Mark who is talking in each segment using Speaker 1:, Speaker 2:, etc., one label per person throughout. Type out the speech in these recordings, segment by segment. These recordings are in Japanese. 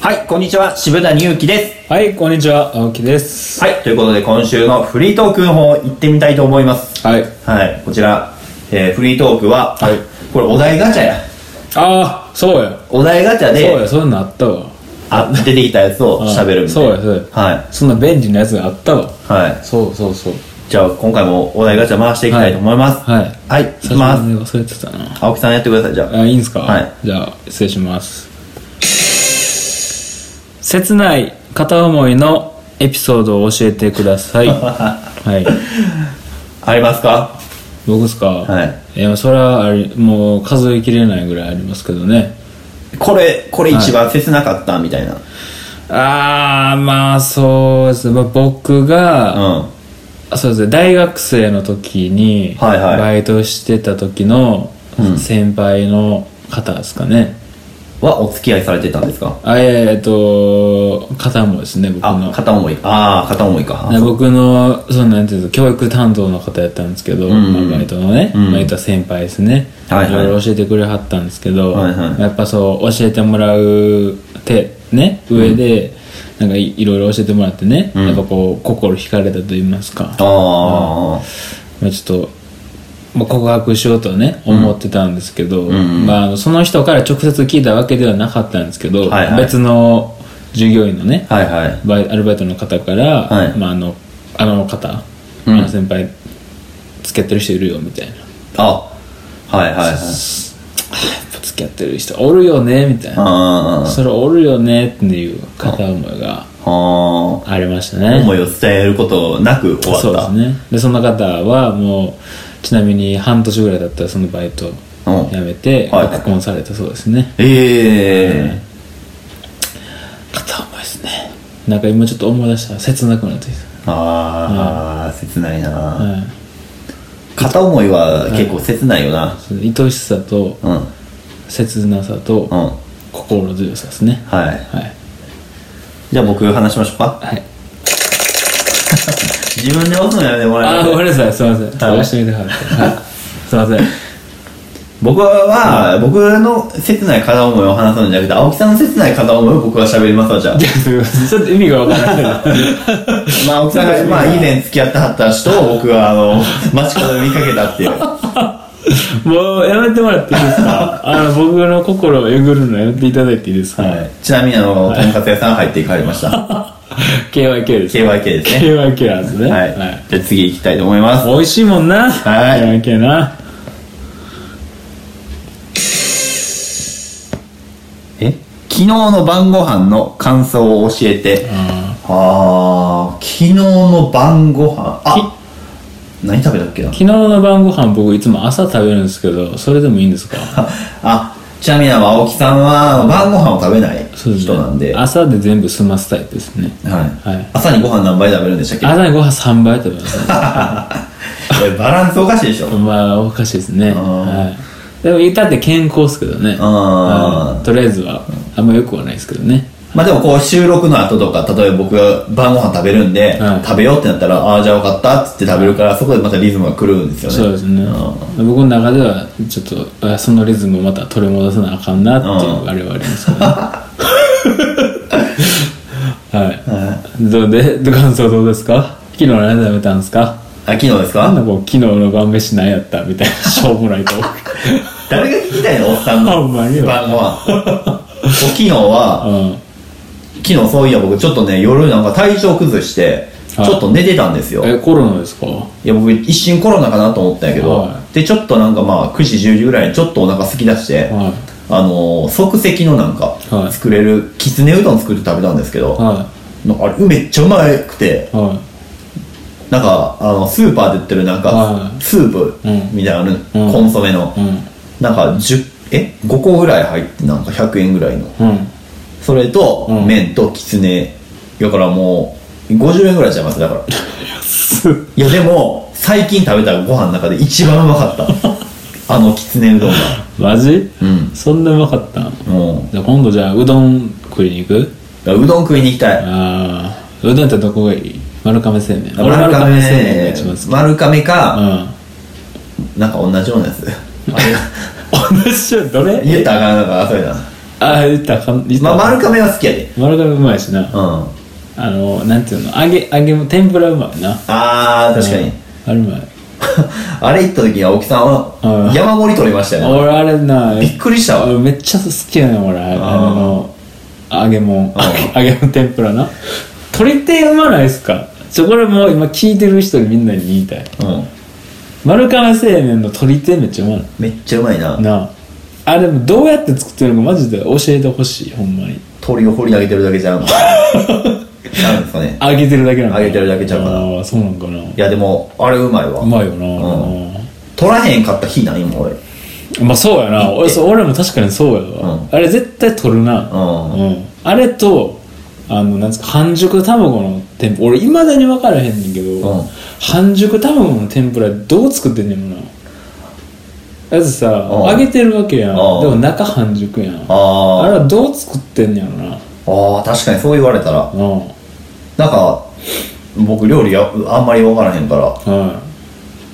Speaker 1: はい、こんにちは、渋谷祐樹で
Speaker 2: はい、こんにちは、青木です。
Speaker 1: す。はい、ということで今週のフリートークの方行ってみたいと思います。
Speaker 2: はい。
Speaker 1: はい、こちら、えーフリートークは、
Speaker 2: はい
Speaker 1: これお題ガチャや。
Speaker 2: ああ、そうや。
Speaker 1: お題ガチャ
Speaker 2: そう
Speaker 1: で
Speaker 2: や、そんなんあったわ。
Speaker 1: あ出てきたやつを喋るみたいな。
Speaker 2: うんそうやそう
Speaker 1: は
Speaker 2: そんな便利なやつがあったわ。
Speaker 1: い。はい。
Speaker 2: そうそうそう。
Speaker 1: じゃあ今回もお題ガチャ回していきたいと思います。
Speaker 2: はい
Speaker 1: はい、いきます。
Speaker 2: に忘れてたな。
Speaker 1: 青木さんやってください、じゃあ。
Speaker 2: あ、いいんすか
Speaker 1: はい。
Speaker 2: じゃあ、失礼します。切ない片思いのエピソードを教えてく ださい。はい。
Speaker 1: ありますか。
Speaker 2: 僕っすかはいいや、それはあり、もう数えきれないぐらいありますけどね。
Speaker 1: これ、これ一番切なかったみたいな。
Speaker 2: ああ、まあそうですね。まあ僕が、
Speaker 1: うん。
Speaker 2: あそうですね大学生の時に
Speaker 1: はいはい
Speaker 2: バイトしてた時の先輩の方ですかね、
Speaker 1: はお付き合いされてたんですか
Speaker 2: あいやいやえっと方もですね僕
Speaker 1: あ
Speaker 2: の、
Speaker 1: 片思い。ああ、片思いか。
Speaker 2: で僕のそのなんていうんですか教育担当の方やったんですけど、
Speaker 1: んうん
Speaker 2: まあ、バイトのね、
Speaker 1: うん
Speaker 2: まあ、言ったら先輩ですね、
Speaker 1: はいはい
Speaker 2: ろいろ教えてくれはったんですけど、
Speaker 1: はいはい
Speaker 2: やっぱそう教えてもらうてね上で、なんかいいろいろ教えてもらってね、
Speaker 1: ん
Speaker 2: やっぱこう心惹かれたと言いますか
Speaker 1: あ
Speaker 2: まあ、ちょっと、まあ、告白しようとはね思ってたんですけど、
Speaker 1: んうん
Speaker 2: まああの、その人から直接聞いたわけではなかったんですけど、
Speaker 1: はいはい
Speaker 2: 別の従業員のね、
Speaker 1: あ、はいはい。
Speaker 2: バイアルバイトの方から、
Speaker 1: はい
Speaker 2: まあ、あのあの方、
Speaker 1: うん
Speaker 2: あの先輩付き合ってる人いるよみたいな、
Speaker 1: あ、はいはいはい。
Speaker 2: やっぱ付き合ってる人おるよねみたい
Speaker 1: あ
Speaker 2: な、
Speaker 1: ー
Speaker 2: それおるよねっていう片思いが
Speaker 1: あ
Speaker 2: ありました
Speaker 1: ー、
Speaker 2: ね
Speaker 1: 思いを伝えることなく終わった。
Speaker 2: そうですねでその方はもうちなみに半年ぐらいだったらそのバイ
Speaker 1: う
Speaker 2: ト
Speaker 1: ん
Speaker 2: 辞めて
Speaker 1: はい
Speaker 2: 結婚されたそうですね
Speaker 1: ええ
Speaker 2: 片思いですねなんか今ちょっと思い出したら切なくなってき
Speaker 1: ー。ああ、切ない
Speaker 2: た、
Speaker 1: な。
Speaker 2: は
Speaker 1: 片思いは結構切ないよな。
Speaker 2: い、愛しさと
Speaker 1: うん。うん。
Speaker 2: 切なさと
Speaker 1: は
Speaker 2: 心強さですね
Speaker 1: い。
Speaker 2: はい
Speaker 1: じゃあ僕話しましょうか。
Speaker 2: はい
Speaker 1: 自分で押すのやめてもらえま
Speaker 2: あー
Speaker 1: す
Speaker 2: ごめんなさいすいません
Speaker 1: はい
Speaker 2: 探してみてはってはいすいません
Speaker 1: 僕は、僕の切ない片思いを話すんじゃなくて、青木さんの切ない片思いを僕は喋りますわ、じゃあ。
Speaker 2: ちょっと意味がわからない
Speaker 1: まあ、青木さんが、まあ、以前付き合ってはった人を僕は、あ の、街角で見かけたっていう。
Speaker 2: もうやめてもらっていいですかあの僕の心をえぐるのやめていただいていいですか、
Speaker 1: ちなみに、あの、とんかつ屋さん入って帰りま した。
Speaker 2: KYK ですね
Speaker 1: KYK ですね。
Speaker 2: KYK なんですね、
Speaker 1: はい。じゃあ次行きたいと思います。
Speaker 2: 美味しいもんな
Speaker 1: はい
Speaker 2: KYK な
Speaker 1: え昨日の晩ご飯の感想を教えて。
Speaker 2: あ
Speaker 1: あー、昨日の晩ご飯。あ何食べたっけな
Speaker 2: 昨日の晩ご飯僕いつも朝食べるんですけどそれでもいいんですか
Speaker 1: あ、ちなみに、あの青木さんは晩ご飯を食べない
Speaker 2: そうです
Speaker 1: 人なんで。
Speaker 2: ね
Speaker 1: はい。
Speaker 2: 朝で全部済ますタイプですねはい
Speaker 1: 朝にご飯何杯食べるんでしたっけ
Speaker 2: 朝にご飯3杯食べます、 ね、
Speaker 1: これバランスおかしいでしょ
Speaker 2: まあおかしいですね、
Speaker 1: ー
Speaker 2: はい、でも言ったって健康ですけどね
Speaker 1: あー
Speaker 2: はいとりあえずはあんまよくはないですけどね
Speaker 1: まあでもこう収録の後とか例えば僕が晩ご飯食べるんで、
Speaker 2: はい
Speaker 1: 食べようってなったらああーじゃあ分かったっつって食べるからそこでまたリズムが狂うんですよね
Speaker 2: そうですね僕の中ではちょっとあそのリズムをまた取り戻さなあかんなっていうあれはありますけどねはいどうでど感想どうですか昨日何食べたんですか
Speaker 1: あ昨日です
Speaker 2: なん
Speaker 1: か
Speaker 2: だこう昨日の晩飯何やったみたい なしょうもないと思う
Speaker 1: 誰が聞きたいのおっさん
Speaker 2: ほ
Speaker 1: の
Speaker 2: んま
Speaker 1: 晩
Speaker 2: に
Speaker 1: ご飯お昨日は昨日そういや僕ちょっとね夜なんか体調崩してち
Speaker 2: はい
Speaker 1: ょっと寝てたんですよ
Speaker 2: うんえコロナですか
Speaker 1: いや僕一瞬コロナかなと思ったんやけど、
Speaker 2: は
Speaker 1: でちょっとなんかまあ9時10時ぐらいにちょっとお腹空き出して、
Speaker 2: はい
Speaker 1: あのー即席のなんか
Speaker 2: はい
Speaker 1: 作れる、きつねうどん作って食べたんですけど、
Speaker 2: は
Speaker 1: なんかあれめっちゃうまくて
Speaker 2: いは
Speaker 1: なんかあのスーパーで売ってるなんか
Speaker 2: はい
Speaker 1: スープみたいなのある、
Speaker 2: うん
Speaker 1: コンソメの、
Speaker 2: いうん
Speaker 1: なんか10え5個ぐらい入ってなんか100円ぐらいの
Speaker 2: うん
Speaker 1: それと
Speaker 2: うん
Speaker 1: 麺ときつねだからもう50円ぐらいちゃいますだからいやでも最近食べたご飯の中で一番うま かったあのきつねうどんが
Speaker 2: マジ、
Speaker 1: うん
Speaker 2: そんなうまかったん
Speaker 1: も
Speaker 2: じゃあ今度じゃあうどん食いに行く
Speaker 1: ううどん食いに行きたい
Speaker 2: ああうどんやったらどこがいい丸亀製麺俺
Speaker 1: 丸
Speaker 2: 丸亀製麺が
Speaker 1: 亀
Speaker 2: 一番好き
Speaker 1: 丸亀
Speaker 2: う
Speaker 1: か、
Speaker 2: ん
Speaker 1: なんか同じようなやつ
Speaker 2: 同じよどれ
Speaker 1: 言ったらあかんのかそうやな
Speaker 2: ああ言ったらあかん言った
Speaker 1: ま
Speaker 2: ら
Speaker 1: あ
Speaker 2: あかん
Speaker 1: 丸亀は好きやで
Speaker 2: 丸亀うまいしな
Speaker 1: うんあ
Speaker 2: あのなんていうの揚げ揚げも天ぷらうまいな
Speaker 1: あー確かに、
Speaker 2: うんあれうまい
Speaker 1: あれ行った時に青木さん
Speaker 2: う
Speaker 1: は
Speaker 2: ん
Speaker 1: 山盛り取りましたよね
Speaker 2: 俺あれな
Speaker 1: びっくりしたわ
Speaker 2: 俺めっちゃ好きやねん俺あの揚げもん
Speaker 1: あ
Speaker 2: 揚げもん天ぷらな鶏天うまないっすかそこれもう今聞いてる人にみんなに言いたい
Speaker 1: うん
Speaker 2: 丸亀製麺の鶏天めっちゃうまい
Speaker 1: めっちゃうまいな
Speaker 2: なああれもどうやって作ってるのかマジで教えてほしいほんまに
Speaker 1: 鳥を掘り上げてるだけじ ゃんなんですかね
Speaker 2: 揚げてるだけなのかな
Speaker 1: 揚げてるだけちゃうかな
Speaker 2: ああそうなんかない
Speaker 1: やでもあれうまいわ
Speaker 2: うまいよな、
Speaker 1: うん取らへんかった日ないもん俺
Speaker 2: まあそうやな
Speaker 1: って
Speaker 2: 俺そう俺も確かにそうやわ、
Speaker 1: うん
Speaker 2: あれ絶対取るな、
Speaker 1: うん
Speaker 2: あれとあのなんですか半熟卵の天ぷら俺いまだに分からへんねんけど、
Speaker 1: うん
Speaker 2: 半熟卵の天ぷらどう作ってんねんなだってさ、
Speaker 1: うん
Speaker 2: 揚げてるわけやん、
Speaker 1: ん
Speaker 2: でも中半熟やん、あ
Speaker 1: あ
Speaker 2: れ
Speaker 1: ー
Speaker 2: はどう作ってんねやろな
Speaker 1: あー確かにそう言われたら
Speaker 2: うん
Speaker 1: なんか僕料理やあんまり分からへんから
Speaker 2: は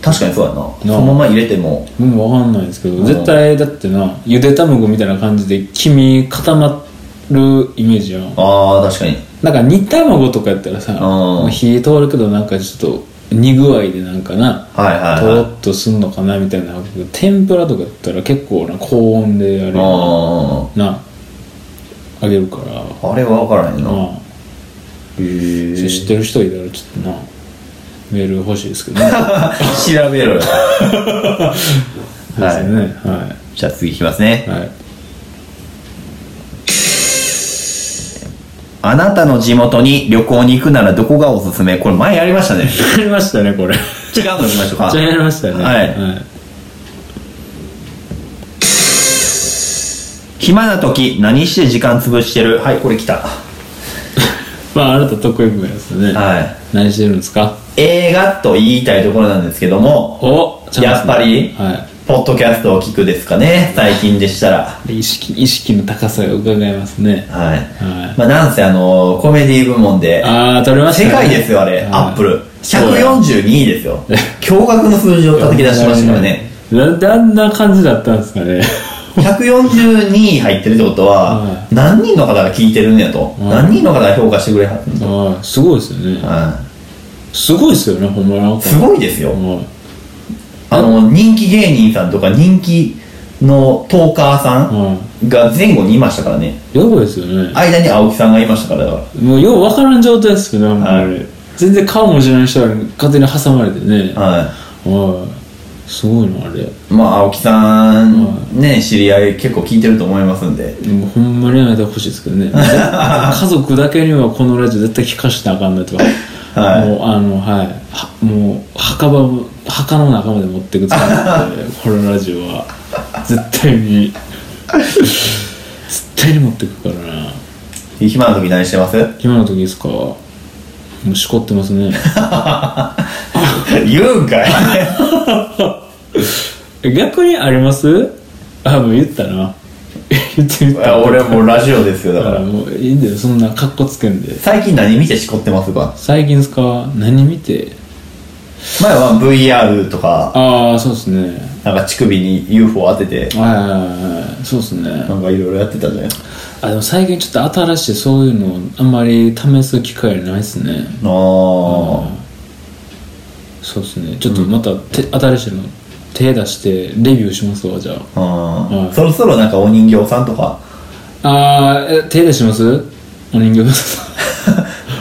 Speaker 1: 確かにそうやなそ
Speaker 2: な
Speaker 1: のまま入れても
Speaker 2: いもう分かんないですけど、
Speaker 1: ん
Speaker 2: 絶対だってなゆで卵みたいな感じで黄身固まるイメージやん
Speaker 1: ああ確かに
Speaker 2: なんか煮卵とかやったらさ、
Speaker 1: ん
Speaker 2: もう火通るけどなんかちょっと煮具合でなんかな、
Speaker 1: はいはい
Speaker 2: と
Speaker 1: はい
Speaker 2: ろっとすんのかなみたいな天ぷらとかやったら結構な高温であれ
Speaker 1: あ
Speaker 2: な揚げるから
Speaker 1: ああれは分からへんなへ
Speaker 2: まあ
Speaker 1: え
Speaker 2: 知ってる人いたらちょっとなメール欲しいです けどね
Speaker 1: 調べろよ
Speaker 2: です
Speaker 1: は
Speaker 2: ねは
Speaker 1: はいじゃあ次いきますね
Speaker 2: い、はい、
Speaker 1: あなたの地元に旅行に行くならどこがおすすめこれ前やりましたね
Speaker 2: やりましたねこれめっ
Speaker 1: 違うの見ましょうか
Speaker 2: ちゃやりましたね
Speaker 1: はい暇な時何して時間潰してるはいこれ来た
Speaker 2: まああなた得意分野ですよね、
Speaker 1: はい
Speaker 2: 何してるんですか
Speaker 1: 映画と言いたいところなんですけども
Speaker 2: おチャンス
Speaker 1: やっぱり
Speaker 2: はい
Speaker 1: ポッドキャストを聞くですかね最近でしたら
Speaker 2: 意識意識の高さが伺えますね
Speaker 1: はい、
Speaker 2: は
Speaker 1: まあなんせあのコメディ部門で
Speaker 2: ああ取れました、
Speaker 1: 世界ですよあれ
Speaker 2: はい
Speaker 1: アップル
Speaker 2: そうや
Speaker 1: 142位ですよ驚愕の数字を叩き出しましたからね
Speaker 2: ななんであんな感じだったんですかね
Speaker 1: 142位入ってるってことは
Speaker 2: は
Speaker 1: 何人の方が聞いてるんやと
Speaker 2: ん
Speaker 1: 何人の方が評価してくれはるんだ
Speaker 2: ああすごいですよね
Speaker 1: は
Speaker 2: すごいですよねほんまなん
Speaker 1: い
Speaker 2: か
Speaker 1: すごいですよ
Speaker 2: はい
Speaker 1: あの人気芸人さんとか人気のトーカーさん
Speaker 2: は
Speaker 1: が前後にいましたからね
Speaker 2: いやばいですよね
Speaker 1: 間に青木さんがいましたからだから
Speaker 2: もうようわからん状態ですけど、ねほんまに
Speaker 1: は
Speaker 2: 全然顔も知らない人が勝手に挟まれてねは
Speaker 1: はい
Speaker 2: すごいなあれ
Speaker 1: いまあ青木さんね知り合い結構聞いてると思いますんで
Speaker 2: もうほんまにやめてほしいですけ どね家族だけにはこのラジオ絶対聞かしてあかんなとか、
Speaker 1: はい
Speaker 2: もうあのはいはもう墓場も墓の中まで持ってくつもりなん でこのラジオは絶対に絶対に持ってくからな
Speaker 1: 暇な時何してます
Speaker 2: 今の時ですかもうしこってますね
Speaker 1: 言うんかい
Speaker 2: え逆にありますあもう言ったな言って言っ
Speaker 1: い
Speaker 2: た
Speaker 1: や俺はもうラジオですよだか
Speaker 2: だから
Speaker 1: ら
Speaker 2: もういいんだよそんな格好つけんで
Speaker 1: 最近何見てしこってますか
Speaker 2: 最近ですか何見て
Speaker 1: 前は VR とか
Speaker 2: ああそうですね
Speaker 1: なんか乳首に UFO 当てて
Speaker 2: はいはいはいはいそうですね
Speaker 1: なんかいろいろやってたじゃないですか
Speaker 2: あでも最近ちょっと新しいそういうのをあんまり試す機会ないですね
Speaker 1: ああ
Speaker 2: そうですねちょっとまた、て新しいの手出してレビューしますわじゃあ
Speaker 1: あ
Speaker 2: う
Speaker 1: あ
Speaker 2: ん
Speaker 1: そろそろなんかお人形さんと か
Speaker 2: あーえ手出しますお人形さ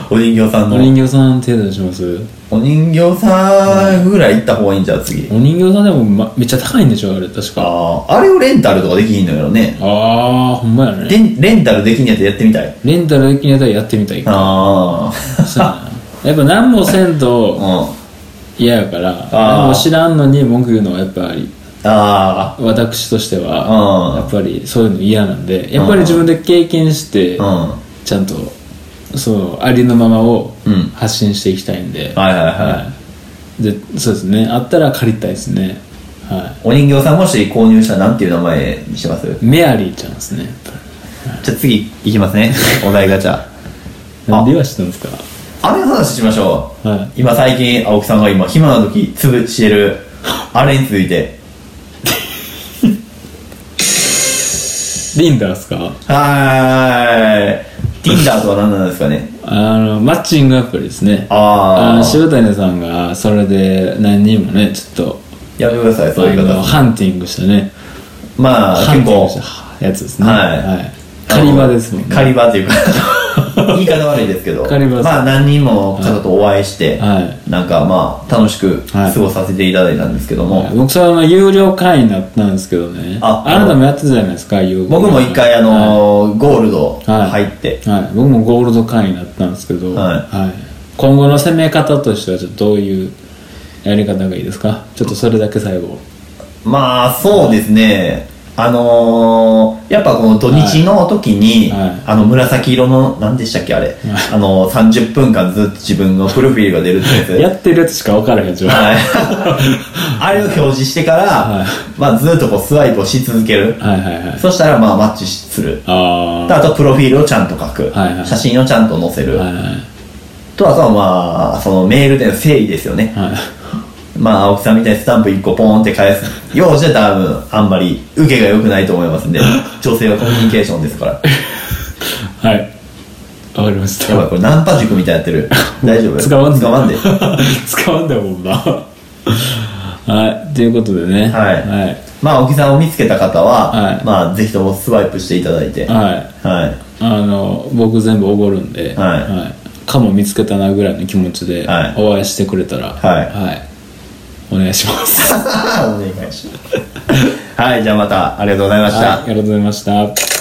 Speaker 1: お人形さん
Speaker 2: んお
Speaker 1: の
Speaker 2: 人形さん手出します
Speaker 1: お人形さんぐらい行った方がいいんじゃう次
Speaker 2: お人形さんでも、ま、めっちゃ高いんでしょあれ確か
Speaker 1: あああれをレンタルとかできひんのやろね
Speaker 2: ああほんまやね
Speaker 1: レンレンタルできんやつやってみたい
Speaker 2: レンタルできないとやってみたい
Speaker 1: あ
Speaker 2: そうやなやっぱ何もせん
Speaker 1: あ
Speaker 2: と
Speaker 1: うん
Speaker 2: 嫌やから
Speaker 1: あー
Speaker 2: 何も知らんのに文句言うのはやっぱり
Speaker 1: あ
Speaker 2: 私として
Speaker 1: う
Speaker 2: は
Speaker 1: ん
Speaker 2: やっぱりそういうの嫌なんでやっぱり自分で経験して
Speaker 1: あうん
Speaker 2: ちゃんとそうありのままを
Speaker 1: うん
Speaker 2: 発信していきたいんで、
Speaker 1: はいはいはい
Speaker 2: いでそうですねあったら借りたいですねは
Speaker 1: お人形さんもし購入したらなんていう名前にします
Speaker 2: いメアリーちゃんですねやっぱり
Speaker 1: じゃあ次いきますねお題ガチャ
Speaker 2: なんで言わしてたんですか
Speaker 1: あれの話しましょう、
Speaker 2: はい
Speaker 1: 今最近青木さんが今暇な時潰してる あれについて
Speaker 2: リンダーっすか
Speaker 1: はーい Tinder とは何なんですかね
Speaker 2: あのマッチングアプリですね
Speaker 1: あー
Speaker 2: の渋谷さんがそれで何人もねちょっと
Speaker 1: やめてくださいそういう
Speaker 2: あの
Speaker 1: 方
Speaker 2: ハンティングしたね
Speaker 1: まあ
Speaker 2: ハン
Speaker 1: 結
Speaker 2: ティン
Speaker 1: 構
Speaker 2: グしたやつですね
Speaker 1: はい
Speaker 2: 狩り場ですもんね
Speaker 1: 狩り場 っていうか言い方悪いですけど
Speaker 2: 狩り場
Speaker 1: まあ何人もの方とお会いして、
Speaker 2: は
Speaker 1: なんかまあ楽しく過ごさせていただいたんですけども、
Speaker 2: 僕それは有料会員だったんですけどね
Speaker 1: あ
Speaker 2: あなたもやってたじゃないですか有料
Speaker 1: 僕も一回あのゴールド
Speaker 2: はい
Speaker 1: 入って、
Speaker 2: はい、僕もゴールド会員だったんですけど、
Speaker 1: はい
Speaker 2: 今後の攻め方としてはちょっとどういうやり方がいいですかちょっとそれだけ最後
Speaker 1: まあそうですねあのーやっぱこの土日の時に、
Speaker 2: はいはい
Speaker 1: あの紫色の何でしたっけあれ、あの30分間ずっと自分のプロフィールが出るってやつ
Speaker 2: やってるやつしか分からへん状態
Speaker 1: はい あれを表示してから、
Speaker 2: はい
Speaker 1: まあずっとこうスワイプをし続ける、
Speaker 2: はいはいはい
Speaker 1: そしたらまあマッチする
Speaker 2: あ
Speaker 1: とあとプロフィールをちゃんと書く、
Speaker 2: はいはい
Speaker 1: 写真をちゃんと載せ
Speaker 2: あ
Speaker 1: る、
Speaker 2: はいはい
Speaker 1: とあとはまあそのメールでの誠意ですよね、
Speaker 2: はい
Speaker 1: まあ青木さんみたいにスタンプ1個ポーンって返 すようじゃ多分あんまり受けが良くないと思いますんで女性はコミュニケーションです から
Speaker 2: はいわかりまし
Speaker 1: やばい
Speaker 2: た
Speaker 1: これナンパ塾みたいにやって る大丈夫
Speaker 2: 使わんで
Speaker 1: 捕まんで
Speaker 2: 使わんでもんなはいということでね
Speaker 1: はい
Speaker 2: はい
Speaker 1: まあ青木さんを見つけた方は、
Speaker 2: はい
Speaker 1: まあぜひともスワイプしていただいてはい、
Speaker 2: はい あの僕全部おごるんで、
Speaker 1: はい
Speaker 2: かも見つけたなぐらいの気持ちで、
Speaker 1: はい
Speaker 2: お会いしてくれたら、
Speaker 1: はい
Speaker 2: お願いします。
Speaker 1: お願いしますはいじゃあまたありがとうございました、
Speaker 2: はい、ありがとうございました。